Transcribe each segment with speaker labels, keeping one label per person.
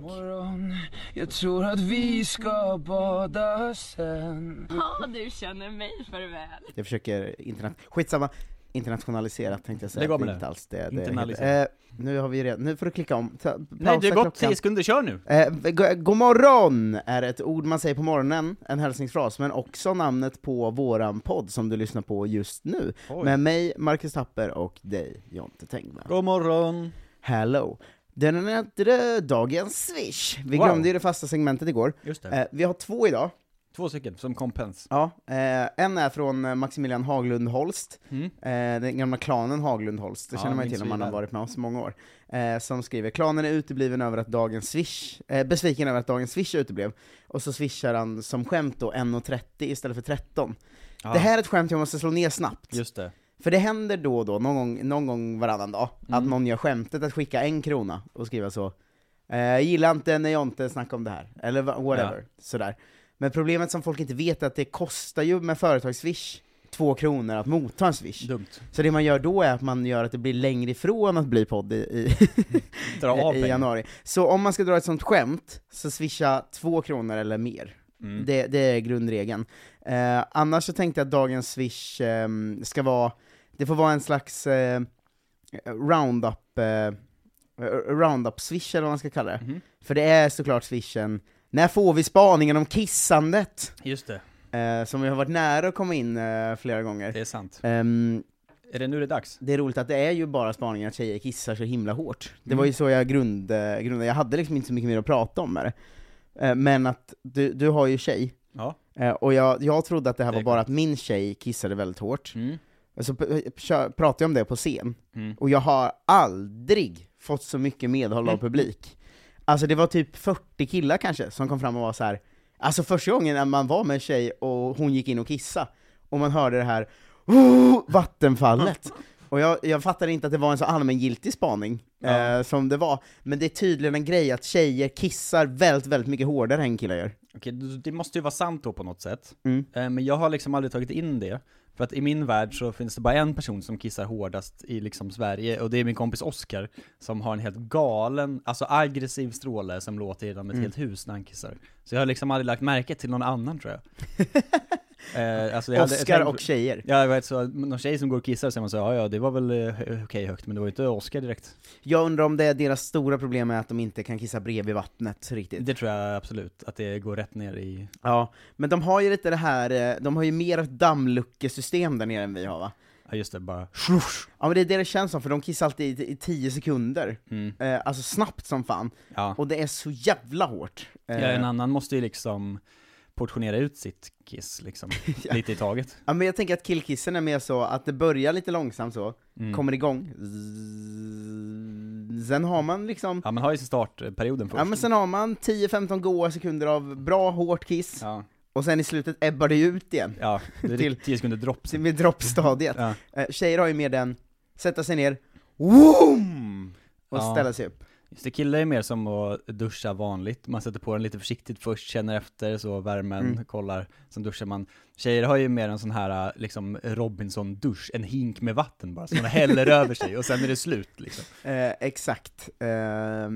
Speaker 1: Morgon, jag tror att vi ska bada sen
Speaker 2: Ja, du känner mig för väl.
Speaker 3: Jag försöker interna... Skitsamma. Internationaliserat tänkte jag säga.
Speaker 4: Lägg av med
Speaker 3: Det är
Speaker 4: det.
Speaker 3: inte alls det. det
Speaker 4: Internaliserat.
Speaker 3: Eh, nu har vi redan... Nu får du klicka om. Ta,
Speaker 4: Nej, det
Speaker 3: pausa
Speaker 4: har gått
Speaker 3: klockan.
Speaker 4: 10 sekunder, kör nu!
Speaker 3: Eh, go- God morgon är ett ord man säger på morgonen, en hälsningsfras, men också namnet på våran podd som du lyssnar på just nu.
Speaker 4: Oj.
Speaker 3: Med mig, Marcus Tapper, och dig, Jonte Tengvall.
Speaker 4: God morgon!
Speaker 3: Hello! Den är dagens swish. Vi
Speaker 4: Wow.
Speaker 3: glömde ju det fasta segmentet igår.
Speaker 4: Just det.
Speaker 3: Eh, vi har två idag.
Speaker 4: Två stycken, som kompens.
Speaker 3: Ja, eh, en är från eh, Maximilian Haglund Holst,
Speaker 4: Mm.
Speaker 3: eh, den gamla klanen Haglund Holst, det
Speaker 4: Ja,
Speaker 3: känner man ju
Speaker 4: minns
Speaker 3: till om
Speaker 4: vi
Speaker 3: man har
Speaker 4: väl.
Speaker 3: varit med oss i många år, eh, som skriver “Klanen är utebliven över att dagens swish, eh, besviken över att dagens swish uteblev” och så swishar han som skämt då 1,30 istället för 13.
Speaker 4: Ja.
Speaker 3: Det här är ett skämt jag måste slå ner snabbt,
Speaker 4: Ah, Just det.
Speaker 3: för det händer då och då, någon gång, någon gång varannan dag, att någon gör skämtet att skicka en krona och skriva så eh, “Gillar inte när Jonte snackar om det här” eller va- whatever, sådär. Men problemet som folk inte vet är att det kostar ju med företagsswish två kronor att motta en swish.
Speaker 4: Dumt.
Speaker 3: Så det man gör då är att man gör att det blir längre ifrån att bli podd i, i,
Speaker 4: Dra av
Speaker 3: i
Speaker 4: pengar.
Speaker 3: januari. Så om man ska dra ett sånt skämt, så swisha två kronor eller mer.
Speaker 4: Mm.
Speaker 3: Det, det är grundregeln. Eh, annars så tänkte jag att dagens swish ehm, ska vara, det får vara en slags eh, roundup, eh, roundup-swish eller vad man ska kalla det.
Speaker 4: Mhm.
Speaker 3: För det är såklart swishen, när får vi spaningen om kissandet?
Speaker 4: Just det,
Speaker 3: Eh, som vi har varit nära att komma in eh, flera gånger.
Speaker 4: det är sant.
Speaker 3: Ehm,
Speaker 4: Är det nu det är dags?
Speaker 3: det är roligt att det är ju bara spaningen att tjejer kissar så himla hårt. Det
Speaker 4: Mm.
Speaker 3: var ju så jag grund, eh, grundade, jag hade liksom inte så mycket mer att prata om med det. Eh, Men att du, du har ju tjej,
Speaker 4: Ja.
Speaker 3: eh, och jag, jag trodde att det här
Speaker 4: Det
Speaker 3: var
Speaker 4: är
Speaker 3: bara att min tjej kissade väldigt hårt.
Speaker 4: Mm.
Speaker 3: Så p- eh, kö- pratade jag om det på scen,
Speaker 4: Mm.
Speaker 3: och jag har aldrig fått så mycket medhåll av publik. Alltså det var typ 40 killar kanske som kom fram och var så här. alltså första gången när man var med en tjej och hon gick in och kissa och man hörde det här oh, vattenfallet. Och jag, jag fattade inte att det var en så allmängiltig spaning eh, som det var, men det är tydligen en grej att tjejer kissar väldigt, väldigt mycket hårdare än killar gör.
Speaker 4: Okej, d- det måste ju vara sant då på något sätt.
Speaker 3: Mm.
Speaker 4: Eh, Men jag har liksom aldrig tagit in det. För att i min värld så finns det bara en person som kissar hårdast i liksom Sverige, och det är min kompis Oscar, som har en helt galen, alltså aggressiv stråle som låter genom ett helt hus när han kissar. Så jag har liksom aldrig lagt märke till någon annan tror jag. eh, alltså, jag hade- jag
Speaker 3: Oscar
Speaker 4: tänkte-
Speaker 3: och tjejer.
Speaker 4: Ja, jag vet så, någon tjej som går och kissar så säger man så ja ja det var väl eh, okej högt, men det var ju inte Oscar direkt.
Speaker 3: Jag undrar om det är deras stora problem är att de inte kan kissa bredvid vattnet riktigt.
Speaker 4: Det tror jag absolut, att det går rätt ner i...
Speaker 3: Ja, men de har ju lite det här, eh, de har ju mer ett dammluckesystem där nere än vi har va?
Speaker 4: Ja just det, bara...
Speaker 3: Ja men det är det det känns som, för de kissar alltid i 10 sekunder,
Speaker 4: Mm,
Speaker 3: eh, alltså snabbt som fan,
Speaker 4: ja.
Speaker 3: och det är så jävla hårt! Eh,
Speaker 4: Ja, en annan måste ju liksom portionera ut sitt kiss liksom,
Speaker 3: Ja.
Speaker 4: lite i taget.
Speaker 3: ja men jag tänker att killkissen är mer så att det börjar lite långsamt så,
Speaker 4: Mm.
Speaker 3: kommer igång, Zzz. sen har man liksom,
Speaker 4: Ja, man har ju sin startperioden först.
Speaker 3: ja men sen har man 10-15 goa sekunder av bra hårt kiss,
Speaker 4: ja,
Speaker 3: och sen i slutet ebbar det ut igen,
Speaker 4: ja, det är
Speaker 3: Till-
Speaker 4: till... 10 sekunder dropp.
Speaker 3: Så med droppstadiet.
Speaker 4: Ja.
Speaker 3: Eh, Tjejer har ju mer den, sätta sig ner, WOOM! Och
Speaker 4: Ja.
Speaker 3: ställa sig upp.
Speaker 4: Just det, killar är mer som att duscha vanligt. Man sätter på den lite försiktigt först, känner efter, så värmen,
Speaker 3: Mm.
Speaker 4: kollar, sen duschar man. Tjejer har ju mer en sån här äh, liksom Robinson-dusch, en hink med vatten bara, som man häller över sig och sen är det slut liksom.
Speaker 3: Eh, exakt. Eh,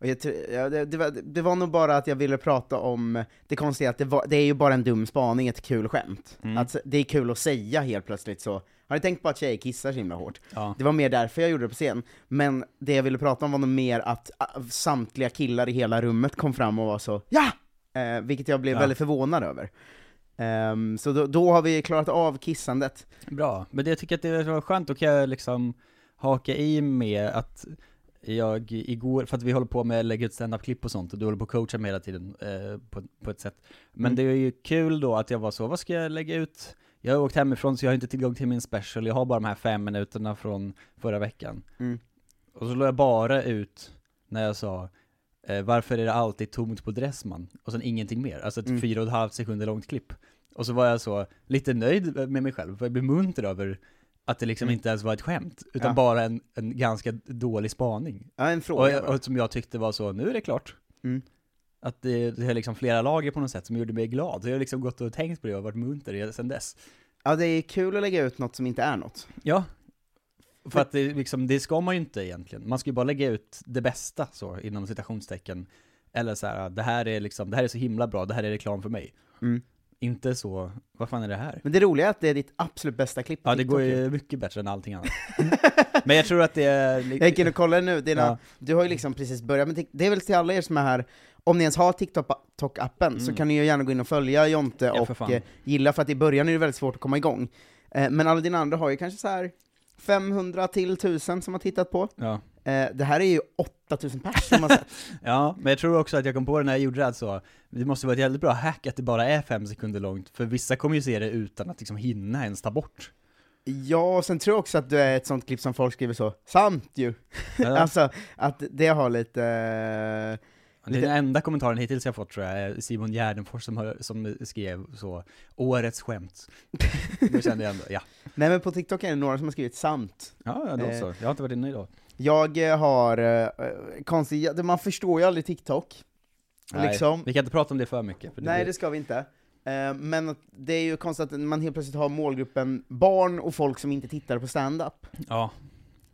Speaker 3: och jag, tror- ja, det, det, var, det var nog bara att jag ville prata om det konstiga att det, var, det är ju bara en dum spaning, ett kul skämt.
Speaker 4: Mm.
Speaker 3: Att det är kul att säga helt plötsligt så, har ni tänkt på att tjejer kissar så himla hårt?
Speaker 4: Ja.
Speaker 3: Det var mer därför jag gjorde det på scen, men det jag ville prata om var nog mer att ah, samtliga killar i hela rummet kom fram och var så, ja! eh, vilket jag blev
Speaker 4: Ja.
Speaker 3: väldigt förvånad över. Ehm, så då, då har vi klarat av kissandet.
Speaker 4: Bra, men det- jag tycker att det var skönt, då kan jag liksom haka i med att jag igår, för att vi håller på med att lägga ut standup-klipp och sånt, och du håller på att coacha mig hela tiden eh, på, på ett sätt. Men
Speaker 3: Mm.
Speaker 4: det är ju kul då att jag var så, vad ska jag lägga ut? Jag har åkt hemifrån så jag har inte tillgång till min special, jag har bara de här fem minuterna från förra veckan.
Speaker 3: Mm.
Speaker 4: Och så la jag bara ut när jag sa eh, varför är det alltid tomt på Dressman? Och sen ingenting mer, alltså ett
Speaker 3: Mm.
Speaker 4: fyra och ett halvt sekunder långt klipp. Och så var jag så, lite nöjd med mig själv, för jag blev munter över att det liksom
Speaker 3: Mm.
Speaker 4: inte ens var ett skämt, utan
Speaker 3: Ja.
Speaker 4: bara en, en ganska dålig spaning.
Speaker 3: Ja, en fråga
Speaker 4: Och,
Speaker 3: bara.
Speaker 4: och som jag tyckte var så, nu är det klart.
Speaker 3: Mm.
Speaker 4: Att det, det är liksom flera lager på något sätt som gjorde mig glad. Så jag har liksom gått och tänkt på det och varit munter sedan dess.
Speaker 3: Ja, det är kul att lägga ut något som inte är något.
Speaker 4: Ja. För att det, liksom, det ska man ju inte egentligen. Man ska ju bara lägga ut det bästa så, inom citationstecken. Eller så här, det här är liksom, det här är så himla bra, det här är reklam för mig.
Speaker 3: Mm.
Speaker 4: Inte så, vad fan är det här?
Speaker 3: Men det roliga är att det är ditt absolut bästa klipp på
Speaker 4: Ja, det
Speaker 3: TikTok
Speaker 4: går ju mycket bättre än allting annat. Men jag tror att det är... li-
Speaker 3: Jag gick in och kollade nu, dina,
Speaker 4: Ja.
Speaker 3: du har ju liksom precis börjat med Tik- Det är väl till alla er som är här, om ni ens har TikTok-appen så kan ni ju gärna gå in och följa Jonte
Speaker 4: Mm. Ja, för
Speaker 3: och
Speaker 4: fan.
Speaker 3: eh, gilla, för att i början är det väldigt svårt att komma igång. Eh, men alla dina andra har ju kanske så här 500 till 1000 som har tittat på.
Speaker 4: Ja.
Speaker 3: Eh, det här är ju 8000 pers som har sett.
Speaker 4: ja, men jag tror också att jag kom på det när jag gjorde det, alltså, det måste vara ett jävligt bra hack att det bara är fem sekunder långt, för vissa kommer ju se det utan att liksom hinna ens ta bort.
Speaker 3: ja, och sen tror jag också att du är ett sånt klipp som folk skriver så, sant ju!
Speaker 4: Ja.
Speaker 3: alltså, att det har lite... eh,
Speaker 4: Den enda kommentaren hittills jag fått tror jag är Simon Gärdenfors som, har- som skrev så, årets skämt. Då kände jag ändå, ja.
Speaker 3: Nej men på TikTok är det några som har skrivit sant.
Speaker 4: Ja, ja, då så. Jag har inte varit inne idag.
Speaker 3: Jag eh, har eh, konstiga, man förstår ju aldrig TikTok.
Speaker 4: Nej,
Speaker 3: liksom.
Speaker 4: Vi kan inte prata om det för mycket. För det
Speaker 3: Nej
Speaker 4: blir-
Speaker 3: det ska vi inte. Eh, Men att det är ju konstigt att man helt plötsligt har målgruppen barn och folk som inte tittar på stand-up.
Speaker 4: Ja,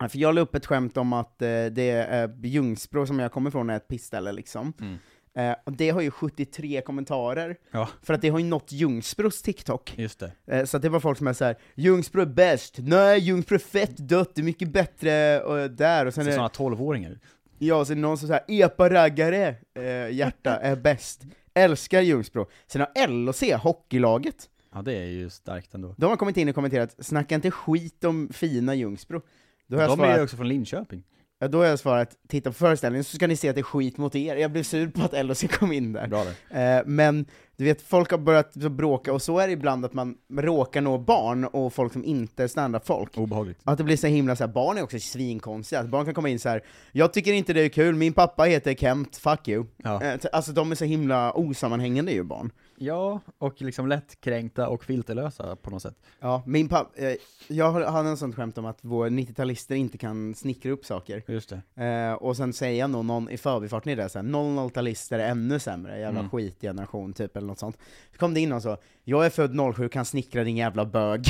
Speaker 3: För jag la upp ett skämt om att eh, det är Ljungsbro som jag kommer ifrån är ett pissställe liksom.
Speaker 4: Mm.
Speaker 3: Eh, Och det har ju 73 kommentarer,
Speaker 4: Ja.
Speaker 3: för att det har ju nått Ljungsbros TikTok.
Speaker 4: just det.
Speaker 3: Eh, Så att det var folk som är såhär, Ljungsbro är bäst, nej Ljungsbro är fett dött, det är mycket bättre och där, och sen
Speaker 4: Så
Speaker 3: är det
Speaker 4: sådana tolvåringar.
Speaker 3: Ja, och sen någon som säger epa-raggare, eh, hjärta är bäst. Älskar Ljungsbro. Sen har LOC, hockeylaget,
Speaker 4: Ja, det är ju starkt ändå.
Speaker 3: de har kommit in och kommenterat 'Snacka inte skit om fina Ljungsbro' Då har, jag
Speaker 4: De är ju
Speaker 3: svarat,
Speaker 4: också från Linköping.
Speaker 3: ja, då har jag svarat 'Titta på föreställningen så ska ni se att det är skit mot er' Jag blev sur på att LOC kom in där.
Speaker 4: Bra där.
Speaker 3: Eh, men du vet, folk har börjat så bråka, och så är det ibland att man råkar nå barn och folk som inte är standup-folk.
Speaker 4: Obehagligt.
Speaker 3: Att det blir så himla så här, barn är också svinkonstiga, att barn kan komma in så här. jag tycker inte det är kul, min pappa heter Kent, fuck you.
Speaker 4: Ja.
Speaker 3: Eh, t- Alltså de är så himla osammanhängande ju barn.
Speaker 4: Ja, och liksom lättkränkta och filterlösa på något sätt.
Speaker 3: Ja, min pappa, eh, jag har- hade en sån skämt om att våra 90-talister inte kan snickra upp saker.
Speaker 4: Just det.
Speaker 3: Eh, och sen säger jag nog någon i förbifarten i det där såhär, 00-talister är ännu sämre, jävla
Speaker 4: Mm.
Speaker 3: skitgeneration typ eller något sånt. Så kom det in någon så, jag är född 07, kan snickra din jävla bög.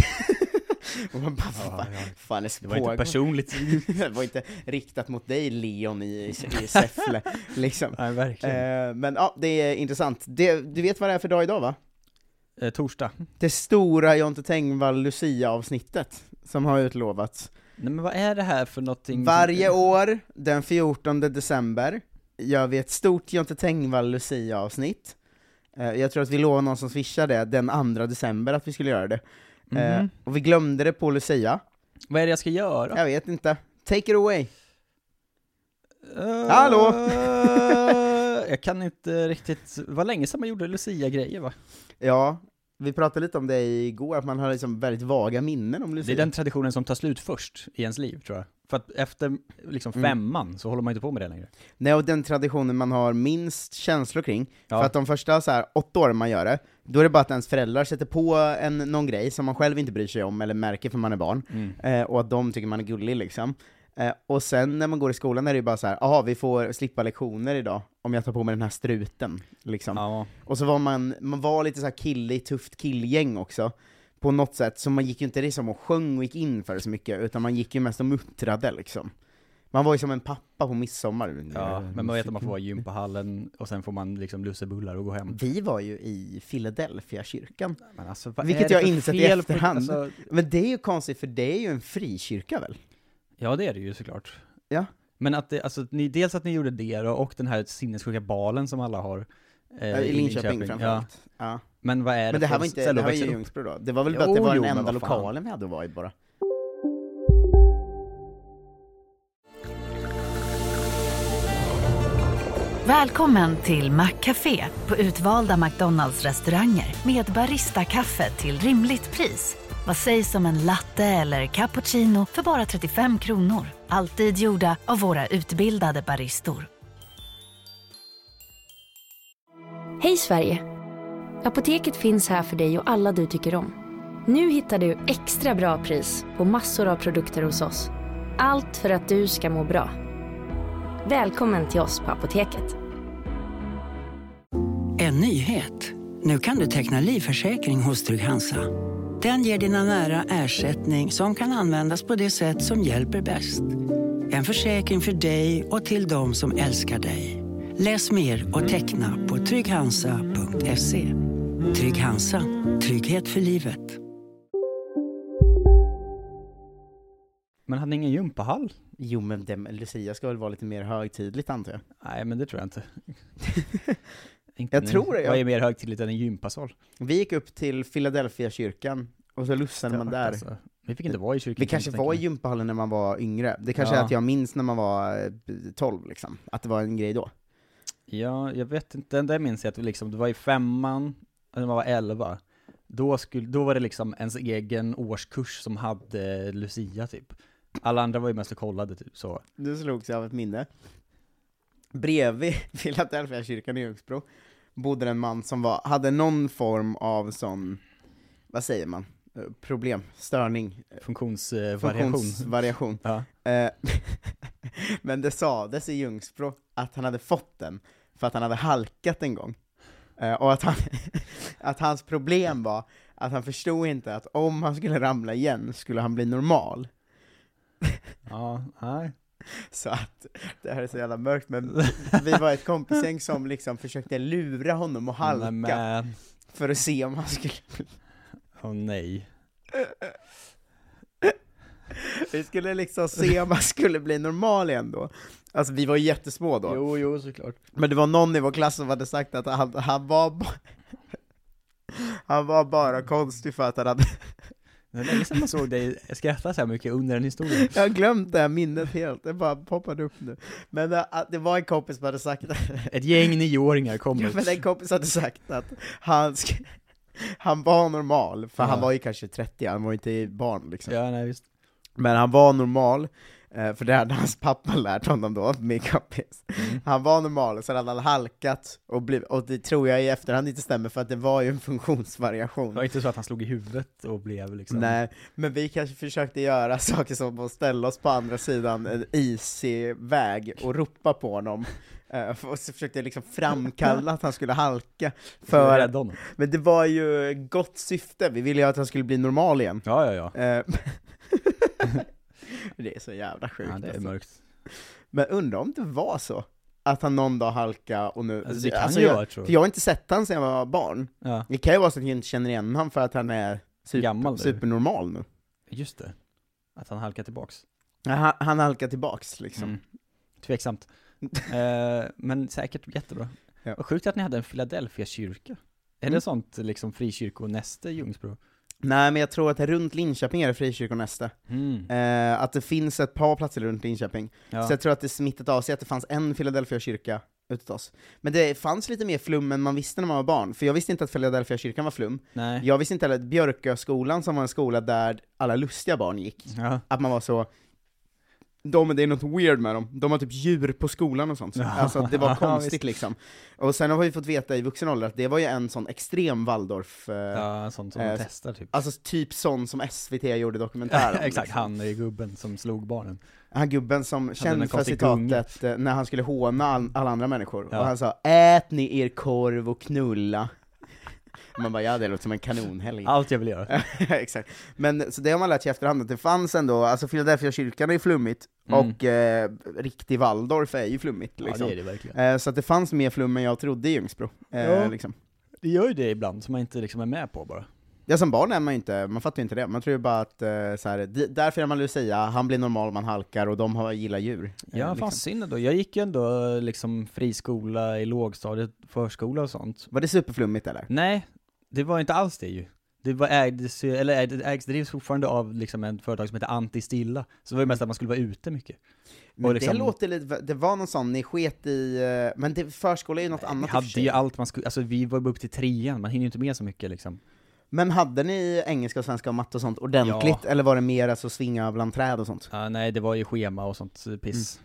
Speaker 3: och man bara,
Speaker 4: Ja,
Speaker 3: fan,
Speaker 4: ja.
Speaker 3: fan det,
Speaker 4: Det var inte personligt.
Speaker 3: det var inte riktat mot dig Leon i, i Säffle, liksom.
Speaker 4: Nej, verkligen.
Speaker 3: Eh, men ja, det är intressant. Det, du vet vad det är för dag idag va?
Speaker 4: Eh, torsdag.
Speaker 3: Det stora Jonte Tengvall Lucia-avsnittet som har utlovats.
Speaker 4: Nej men vad är det här för någonting?
Speaker 3: Varje år, den 14 december, gör vi ett stort Jonte Tengvall Lucia-avsnitt. Eh, jag tror att vi lovade någon som swishade det den 2 december att vi skulle göra det.
Speaker 4: Mhm.
Speaker 3: Eh, och vi glömde det på Lucia.
Speaker 4: Vad är det jag ska göra?
Speaker 3: Jag vet inte. Take it away!
Speaker 4: Eh,
Speaker 3: Hallå?
Speaker 4: jag kan inte riktigt, vad länge sedan man gjorde Lucia-grejer va?
Speaker 3: Ja, vi pratade lite om det igår, att man har liksom väldigt vaga minnen om
Speaker 4: Det
Speaker 3: Lucia.
Speaker 4: är den traditionen som tar slut först i ens liv tror jag. För att efter liksom
Speaker 3: Mm.
Speaker 4: femman så håller man inte på med det längre.
Speaker 3: Nej, och den traditionen man har minst känslor kring.
Speaker 4: Ja.
Speaker 3: För att de första så här, åtta åren man gör det, då är det bara att ens föräldrar sätter på en, någon grej som man själv inte bryr sig om, eller märker för man är barn,
Speaker 4: Mm.
Speaker 3: eh, och att de tycker man är gullig liksom. Eh, och sen när man går i skolan är det ju bara så här, jaha, vi får slippa lektioner idag, om jag tar på mig den här struten. Liksom.
Speaker 4: Ja.
Speaker 3: Och så var man, man var lite så här kille i tufft killgäng också, på något sätt, så man gick ju inte liksom och sjöng och gick in för det så mycket, utan man gick ju mest och muttrade liksom. Man var ju som en pappa på midsommar.
Speaker 4: ja, men man vet att man får vara i gympahallen och sen får man liksom lussebullar och gå hem.
Speaker 3: Vi var ju i Philadelphia kyrkan.
Speaker 4: Men alltså, vad
Speaker 3: Vilket
Speaker 4: är det
Speaker 3: jag
Speaker 4: för
Speaker 3: insett i
Speaker 4: fel på-
Speaker 3: efterhand.
Speaker 4: Alltså,
Speaker 3: Men det är ju konstigt, för det är ju en frikyrka väl?
Speaker 4: Eh, ja det är det ju såklart.
Speaker 3: Ja.
Speaker 4: Men att det, alltså, ni, dels att ni gjorde det då, och den här sinnessjuka balen som alla har. eh,
Speaker 3: Äh, I Linköping framförallt. Ja.
Speaker 4: Men vad är
Speaker 3: Men
Speaker 4: det
Speaker 3: det här
Speaker 4: för
Speaker 3: var inte, det här var
Speaker 4: växer
Speaker 3: ju
Speaker 4: upp?
Speaker 3: Ljungsbro då? Det var väl bara att det
Speaker 4: Jo,
Speaker 3: var
Speaker 4: jo,
Speaker 3: den
Speaker 4: men
Speaker 3: enda
Speaker 4: vad fan.
Speaker 3: lokalen vi hade varit bara?
Speaker 5: Välkommen till Maccafé på utvalda McDonalds restauranger med Baristakaffe till rimligt pris. Vad sägs om en latte eller cappuccino för bara 35 kronor? Alltid gjorda av våra utbildade baristor.
Speaker 6: Hej Sverige! Apoteket finns här för dig och alla du tycker om. Nu hittar du extra bra pris på massor av produkter hos oss. Allt för att du ska må bra. Välkommen till oss på Apoteket.
Speaker 7: En nyhet. Nu kan du teckna livförsäkring hos Trygg-Hansa. Den ger dina nära ersättning som kan användas på det sätt som hjälper bäst. En försäkring för dig och till de som älskar dig. Läs mer och teckna på trygghansa.se. Trygg-Hansa. Trygghet för livet.
Speaker 4: Men hade ni ingen gympahall?
Speaker 3: Jo men dem, Lucia ska väl vara lite mer högtidligt antar jag?
Speaker 4: Nej men det tror jag inte. inte
Speaker 3: Jag
Speaker 4: nu.
Speaker 3: tror det, jag-
Speaker 4: Vad är mer högtidligt än en gympasal?
Speaker 3: Vi gick upp till Philadelphia kyrkan och så lussade man
Speaker 4: Stört,
Speaker 3: där.
Speaker 4: alltså. Vi fick inte vara i kyrkan.
Speaker 3: Vi kanske
Speaker 4: kan jag
Speaker 3: var i
Speaker 4: tänka mig.
Speaker 3: gympahallen när man var yngre, det kanske
Speaker 4: Ja.
Speaker 3: är att jag minns när man var eh, 12 liksom, att det var en grej då.
Speaker 4: Ja, jag vet inte. Den där minns jag att vi liksom, det var i femman, när man var elva. Då, skulle, då var det liksom ens egen årskurs som hade Lucia typ. Alla andra var ju mest och kollade typ så.
Speaker 3: Nu slogs jag av ett minne. Bredvid Philadelphia kyrkan i Ljungsbro bodde en man som var, hade någon form av sån, vad säger man, Eh, problem, störning,
Speaker 4: Funktionsvariation.
Speaker 3: funktionsvariation.
Speaker 4: Ja.
Speaker 3: Eh, Men det sades i Ljungsbro att han hade fått den för att han hade halkat en gång. Eh, Och att, han, att hans problem var att han förstod inte att om han skulle ramla igen skulle han bli normal.
Speaker 4: ja, nej.
Speaker 3: Så att, det här är så jävla mörkt men vi var ett kompisgäng som liksom försökte lura honom att
Speaker 4: Nej,
Speaker 3: halka
Speaker 4: men-
Speaker 3: för att se om han skulle...
Speaker 4: Åh nej.
Speaker 3: Vi skulle liksom se om han skulle bli normal igen då. Alltså vi var ju jättesmå då.
Speaker 4: Jo, jo såklart.
Speaker 3: Men det var någon i vår klass som hade sagt att han, han var ba- Han var bara konstig för att han hade...
Speaker 4: Det är länge sedan man såg dig skratta så här mycket under en historia.
Speaker 3: Jag har glömt det här minnet helt, det bara poppade upp nu. Men det, att det var en kompis som hade
Speaker 4: Oh
Speaker 3: sagt
Speaker 4: Ett gäng nioåringar kommer.
Speaker 3: Ja, men en kompis hade sagt att han, sk- han var normal, för
Speaker 4: Ja.
Speaker 3: han var ju kanske 30, han var ju inte barn liksom.
Speaker 4: Ja, nej visst.
Speaker 3: Men han var normal, eh, för det hade hans pappa lärt honom då, min kompis.
Speaker 4: Mm.
Speaker 3: Han var normal, och sen hade han halkat, och, bliv- och det tror jag i efterhand inte stämmer, för att det var ju en
Speaker 4: Det
Speaker 3: funktionsvariation.
Speaker 4: var inte så att han slog i huvudet och blev liksom...
Speaker 3: Nej, men vi kanske försökte göra saker som att ställa oss på andra sidan en isig väg och ropa på honom. Eh, Och så försökte jag liksom framkalla att han skulle halka,
Speaker 4: För...
Speaker 3: för
Speaker 4: Rädda honom.
Speaker 3: men det var ju gott syfte, vi ville ju att han skulle bli normal igen.
Speaker 4: Ja, ja, ja.
Speaker 3: Eh, det är så jävla sjukt
Speaker 4: ja det är
Speaker 3: alltså.
Speaker 4: mörkt.
Speaker 3: Men undrar om det var så, att han någon dag halka och nu...
Speaker 4: Alltså, det kan
Speaker 3: Alltså,
Speaker 4: ju
Speaker 3: jag,
Speaker 4: vara, tror
Speaker 3: för
Speaker 4: jag.
Speaker 3: jag har inte sett han sedan jag var barn.
Speaker 4: Ja,
Speaker 3: Det kan ju vara så att jag inte känner igen honom för att han är super,
Speaker 4: gammal nu.
Speaker 3: supernormal nu.
Speaker 4: Just det. Att han halkar tillbaks.
Speaker 3: Ja, Han, han halkar tillbaks liksom.
Speaker 4: Mm. Tveksamt. eh, men säkert jättebra.
Speaker 3: Ja.
Speaker 4: Vad sjukt att ni hade en Philadelphia-kyrka. Är
Speaker 3: Mm.
Speaker 4: det sånt liksom frikyrkonäste i Ljungsbro?
Speaker 3: Nej men jag tror att runt Linköping är det frikyrkonäste.
Speaker 4: Mm.
Speaker 3: Eh, att det finns ett par platser runt Linköping.
Speaker 4: Ja.
Speaker 3: Så jag tror att det smittat av sig att det fanns en Philadelphia kyrka utåt oss. Men det fanns lite mer flum än man visste när man var barn, för jag visste inte att Philadelphia kyrkan var flum.
Speaker 4: Nej.
Speaker 3: Jag visste inte heller att Björköskolan som var en skola där alla lustiga barn gick,
Speaker 4: Ja.
Speaker 3: att man var så de, det är något weird med dem, de har typ djur på skolan och sånt.
Speaker 4: Ja.
Speaker 3: Alltså att det var
Speaker 4: Ja,
Speaker 3: konstigt
Speaker 4: visst.
Speaker 3: liksom. Och sen har vi fått veta i vuxen ålder att det var ju en sån extrem Waldorf, eh,
Speaker 4: ja, sånt som
Speaker 3: eh,
Speaker 4: de testar typ.
Speaker 3: alltså typ sån som SVT gjorde dokumentär om,
Speaker 4: Exakt,
Speaker 3: liksom.
Speaker 4: han är gubben som slog barnen.
Speaker 3: Han gubben som,
Speaker 4: den där
Speaker 3: känd för
Speaker 4: konstiga gungan.
Speaker 3: citatet eh, när han skulle håna all, alla andra människor,
Speaker 4: Ja.
Speaker 3: och han sa 'Ät ni er korv och knulla' Man bara 'Ja det låter som en kanonhelg'
Speaker 4: Allt jag vill göra.
Speaker 3: Exakt. Men så det har man lärt sig i efterhand, att det fanns ändå, alltså Philadelphia kyrkan är ju flummigt,
Speaker 4: Mm.
Speaker 3: och eh, riktig Waldorf är ju flummigt
Speaker 4: Ja,
Speaker 3: liksom.
Speaker 4: det är det verkligen.
Speaker 3: eh, så att det fanns mer flum än jag trodde i Ljungsbro. Eh,
Speaker 4: Ja.
Speaker 3: liksom.
Speaker 4: Det gör ju det ibland, som man inte liksom är med på bara.
Speaker 3: Ja, som barn är man ju inte, man fattar ju inte det. Man tror ju bara att eh, så här, di- där firar man Lucia, han blir normal, man halkar och de har, gillar djur. Eh,
Speaker 4: Ja, fan
Speaker 3: liksom.
Speaker 4: synd då. Jag gick ju ändå eh, liksom friskola i lågstadiet, förskola och sånt.
Speaker 3: Var det superflummigt eller?
Speaker 4: Nej, det var inte alls det ju. Det var ägdes, ju- eller ägdes, ägdes drivs fortfarande av liksom ett företag som heter Antistilla. Så det var ju mest att man skulle vara ute mycket.
Speaker 3: Men
Speaker 4: Och liksom-
Speaker 3: det låter lite, det var någon sån, ni sket i, eh, men det, förskola är ju något
Speaker 4: Vi
Speaker 3: annat i och
Speaker 4: hade
Speaker 3: för sig.
Speaker 4: ju allt man skulle, alltså vi var ju upp till trean, man hinner ju inte med så mycket liksom.
Speaker 3: Men hade ni engelska, och svenska och matte och sånt ordentligt, eller var det mer alltså svinga bland träd och sånt?
Speaker 4: Ja, nej, det var ju schema och sånt eh, piss.
Speaker 3: Mm.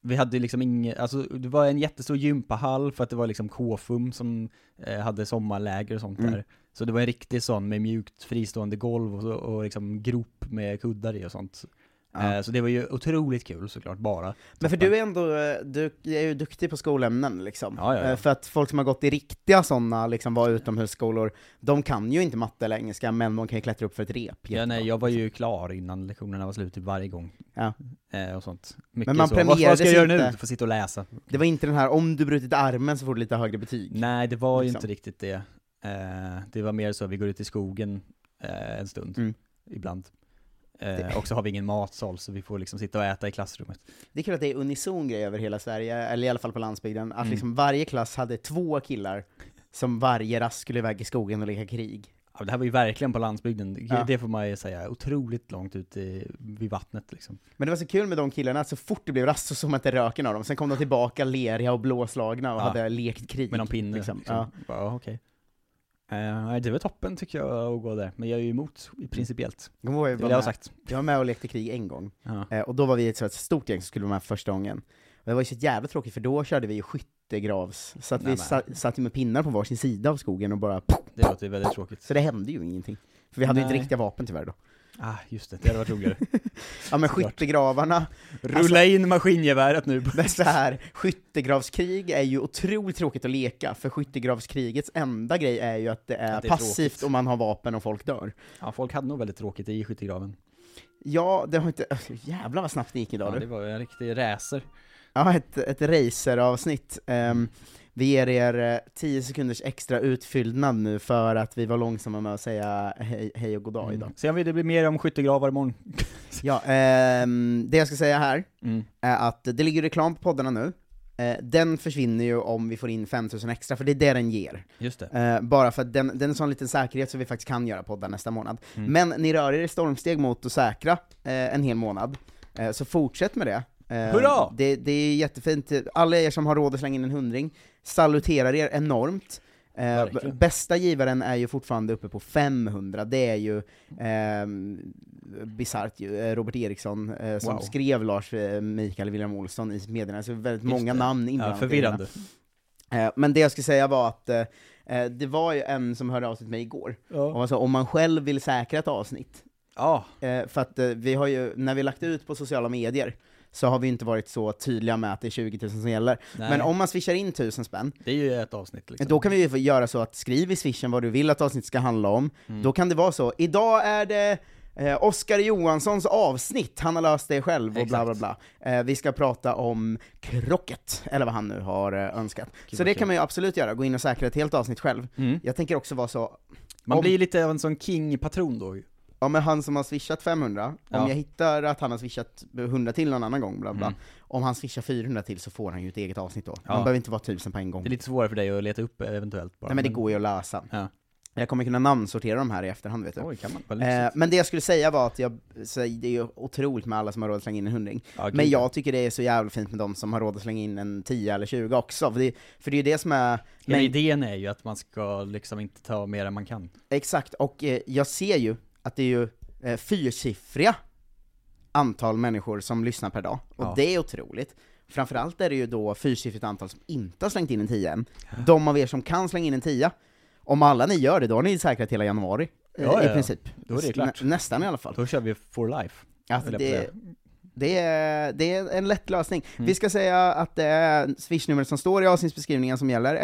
Speaker 4: Vi hade ju liksom inget, alltså det var en jättestor gympahall för att det var liksom KFUM som eh, hade sommarläger och sånt
Speaker 3: Mm.
Speaker 4: där. Så det var en riktig sån med mjukt fristående golv och, så- och liksom grop med kuddar i och sånt.
Speaker 3: Ja.
Speaker 4: Eh, så det var ju otroligt kul såklart, bara.
Speaker 3: Men för
Speaker 4: toppen.
Speaker 3: du är ändå, eh, du är ju duktig på skolämnen liksom.
Speaker 4: Ja, ja, ja.
Speaker 3: Eh, För att folk som har gått i riktiga sådana, liksom var utomhusskolor, de kan ju inte matte eller engelska, men de kan ju klättra upp för ett rep.
Speaker 4: Ja,
Speaker 3: jättebra. liksom.
Speaker 4: nej, jag var ju klar innan lektionerna var slut typ varje gång.
Speaker 3: Ja.
Speaker 4: Eh, och sånt. Mycket
Speaker 3: man
Speaker 4: så. Vad, vad ska
Speaker 3: premierades
Speaker 4: jag göra nu?
Speaker 3: inte.
Speaker 4: Du får sitta och läsa.
Speaker 3: Det var inte den här, om du brutit armen så får du lite högre betyg.
Speaker 4: Nej, det var ju
Speaker 3: Liksom.
Speaker 4: inte riktigt det. Eh, det var mer så, vi går ut i skogen eh, en stund,
Speaker 3: Mm.
Speaker 4: ibland. Eh, och så har vi ingen matsal, så vi får liksom sitta och äta i klassrummet.
Speaker 3: Det är kul att det är unison grej över hela Sverige, eller i alla fall på landsbygden, att
Speaker 4: Mm.
Speaker 3: liksom varje klass hade två killar som varje rast skulle iväg i skogen och leka krig.
Speaker 4: Ja, det här var ju verkligen på landsbygden, Det-
Speaker 3: Ja.
Speaker 4: det får man ju säga. Otroligt långt ut i, vid vattnet liksom.
Speaker 3: Men det var så kul med de killarna, så fort det blev rast så såg man inte röken av dem, sen kom de tillbaka leriga och blåslagna och
Speaker 4: Ja.
Speaker 3: hade lekt krig.
Speaker 4: Med någon pinne.
Speaker 3: liksom.
Speaker 4: Liksom.
Speaker 3: Ja.
Speaker 4: Bara, Ja, okej. Eh, nej, det var toppen tycker jag att gå där, men jag är ju emot principiellt.
Speaker 3: Jag kommer ihåg jag
Speaker 4: Det
Speaker 3: var
Speaker 4: vill jag ha
Speaker 3: med-
Speaker 4: sagt.
Speaker 3: Jag var med och lekte krig en gång,
Speaker 4: Ja.
Speaker 3: eh, och då var vi ett, så ett stort gäng som skulle vara med första gången. Och det var ju så jävla tråkigt för då körde vi ju skyttegravs, så att vi
Speaker 4: Nej, men.
Speaker 3: sa, satt ju med pinnar på varsin sida av skogen och bara pop,
Speaker 4: Det låter ju väldigt tråkigt.
Speaker 3: Så det hände ju ingenting. För vi hade ju inte
Speaker 4: Nej.
Speaker 3: riktiga vapen tyvärr då.
Speaker 4: Ah, just det, det hade varit roligare.
Speaker 3: Ja men
Speaker 4: Såklart.
Speaker 3: skyttegravarna,
Speaker 4: Rulla in maskingeväret nu.
Speaker 3: det är så här, skyttegravskrig är ju otroligt tråkigt att leka, för skyttegravskrigets enda grej är ju att det är,
Speaker 4: Att det är
Speaker 3: passivt
Speaker 4: tråkigt.
Speaker 3: och man har vapen och folk dör.
Speaker 4: Ja, folk hade nog väldigt tråkigt i skyttegraven.
Speaker 3: Ja, det har inte... öh, Jävlar vad snabbt det gick idag
Speaker 4: Ja,
Speaker 3: du.
Speaker 4: det var ju en riktig racer.
Speaker 3: Ja, ett, ett raceravsnitt. Ehm, vi ger er eh, 10 sekunders extra utfyllnad nu för att vi var långsamma med att säga hej, hej och god
Speaker 4: Mm.
Speaker 3: dag idag.
Speaker 4: Sen vill det bli mer om skyttegravar imorgon.
Speaker 3: Ja, ehm, det jag ska säga här
Speaker 4: Mm.
Speaker 3: är att det ligger reklam på poddarna nu. Eh, den försvinner ju om vi får in 5000 extra, för det är det den ger.
Speaker 4: Just det.
Speaker 3: Eh, bara för att den, den är en sån liten säkerhet så vi faktiskt kan göra poddar nästa månad.
Speaker 4: Mm.
Speaker 3: Men ni rör er i stormsteg mot att säkra eh, en hel månad. Eh, så fortsätt med det. Eh,
Speaker 4: Hurra!
Speaker 3: Det, det är jättefint. Alla er som har råd att slänga in en hundring, saluterar er enormt. Eh, b-
Speaker 4: Verkligen.
Speaker 3: bästa givaren är ju fortfarande uppe på 500, det är ju ehm, bisarrt ju, eh, Robert Eriksson eh, som
Speaker 4: Wow.
Speaker 3: skrev Lars eh, Mikael William Olsson i medierna, så väldigt
Speaker 4: Just
Speaker 3: många
Speaker 4: det.
Speaker 3: namn
Speaker 4: Ja,
Speaker 3: inblandade i det hela.
Speaker 4: förvirrande.
Speaker 3: Eh, Men det jag skulle säga var att eh, eh, det var ju en som hörde av sig till mig igår, och
Speaker 4: Ja.
Speaker 3: alltså, om man själv vill säkra ett avsnitt,
Speaker 4: ja,
Speaker 3: eh, för att eh, vi har ju, när vi lagt ut på sociala medier, så har vi inte varit så tydliga med att det är 20 000 som gäller.
Speaker 4: Nej.
Speaker 3: Men om man swishar in 1000 spänn,
Speaker 4: det är ju ett avsnitt liksom.
Speaker 3: då kan vi ju få göra så att skriv i swishen vad du vill att avsnittet ska handla om.
Speaker 4: Mm.
Speaker 3: Då kan det vara så, idag är det eh, Oskar Johanssons avsnitt, han har löst det själv och bla bla bla. Eh, vi ska prata om krocket, eller vad han nu har eh, önskat. så
Speaker 4: vad
Speaker 3: det
Speaker 4: kul.
Speaker 3: kan man ju absolut göra, gå in och säkra ett helt avsnitt själv.
Speaker 4: Mm.
Speaker 3: Jag tänker också vara så,
Speaker 4: Man
Speaker 3: om-
Speaker 4: blir lite av en sån king-patron då ju.
Speaker 3: ja men han som har swishat 500, om
Speaker 4: Ja. Mm.
Speaker 3: jag hittar att han har swishat 100 till någon annan gång, bla bla. Om han swishar 400 till så får han ju ett eget avsnitt då. Man
Speaker 4: Ja.
Speaker 3: behöver inte vara 1000 på en gång.
Speaker 4: Det är lite svårare för dig att leta upp eh, eventuellt bara.
Speaker 3: Nej men det går ju att lösa.
Speaker 4: Ja.
Speaker 3: Jag kommer kunna namnsortera de här i efterhand vet du.
Speaker 4: Oj, kan man? Vad
Speaker 3: Eh,
Speaker 4: lyxigt.
Speaker 3: men det jag skulle säga var att jag, så det är ju otroligt med alla som har råd att slänga in en hundring.
Speaker 4: Ja, gud,
Speaker 3: men
Speaker 4: ja.
Speaker 3: jag tycker det är så jävla fint med de som har råd att slänga in en 10 eller 20 också, för det, för det är ju det som är...
Speaker 4: Hela
Speaker 3: men-
Speaker 4: idén är ju att man ska liksom inte ta mer än man kan.
Speaker 3: Exakt, och eh, jag ser ju att det är ju eh, fyrsiffriga antal människor som lyssnar per dag, och
Speaker 4: Ja.
Speaker 3: det är otroligt. Framförallt är det ju då fyrsiffrigt antal som inte har slängt in en 10 än. De av er som kan slänga in en 10 om alla ni gör det, då har ni säkrat hela januari. eh,
Speaker 4: Ja, ja,
Speaker 3: I
Speaker 4: ja.
Speaker 3: princip.
Speaker 4: Då är det klart.
Speaker 3: Nä, nästan i alla fall.
Speaker 4: Då kör vi for life.
Speaker 3: Alltså
Speaker 4: höll jag
Speaker 3: det,
Speaker 4: på att säga.
Speaker 3: Det är, det är en lätt lösning.
Speaker 4: Mm.
Speaker 3: Vi ska säga att det är swishnumret som står i avsnittsbeskrivningen som gäller,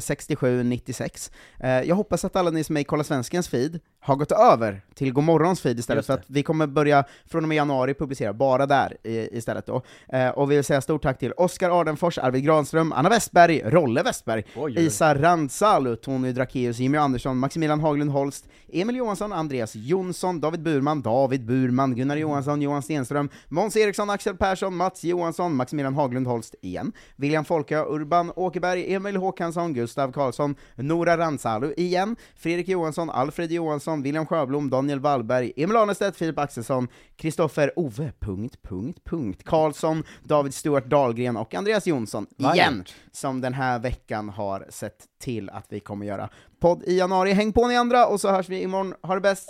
Speaker 3: 1230396796. Eh, jag hoppas att alla ni som är i Kolla Svenskens feed har gått över till Godmorgons feed istället,
Speaker 4: Just
Speaker 3: för
Speaker 4: det.
Speaker 3: att vi kommer börja från och med januari publicera bara där i, istället då. Eh, och vi vill säga stort tack till Oskar Ardenfors, Arvid Granström, Anna Westberg, Rolle Westberg,
Speaker 4: Oj, oj.
Speaker 3: Isa Randsalu, Tony Drakeus, Jimmy Andersson, Maximilian Haglund Holst, Emil Johansson, Andreas Jonsson, David Burman, David Burman, Gunnar Johansson, Johan Stenström, Måns Eriksson, Axel Persson, Mats Johansson, Maximilian Haglund Holst igen, William Folke, Urban Åkerberg, Emil Håkansson, Gustav Karlsson, Nora Ransalu igen, Fredrik Johansson, Alfred Johansson, William Sjöblom, Daniel Wallberg, Emil Arnestedt, Filip Axelsson, Kristoffer Ove... Punkt, punkt, punkt, Karlsson, David Stuart Dahlgren och Andreas Jonsson igen,
Speaker 4: Vackert.
Speaker 3: som den här veckan har sett till att vi kommer göra podd i januari. Häng på ni andra, och så hörs vi imorgon. Ha det bäst!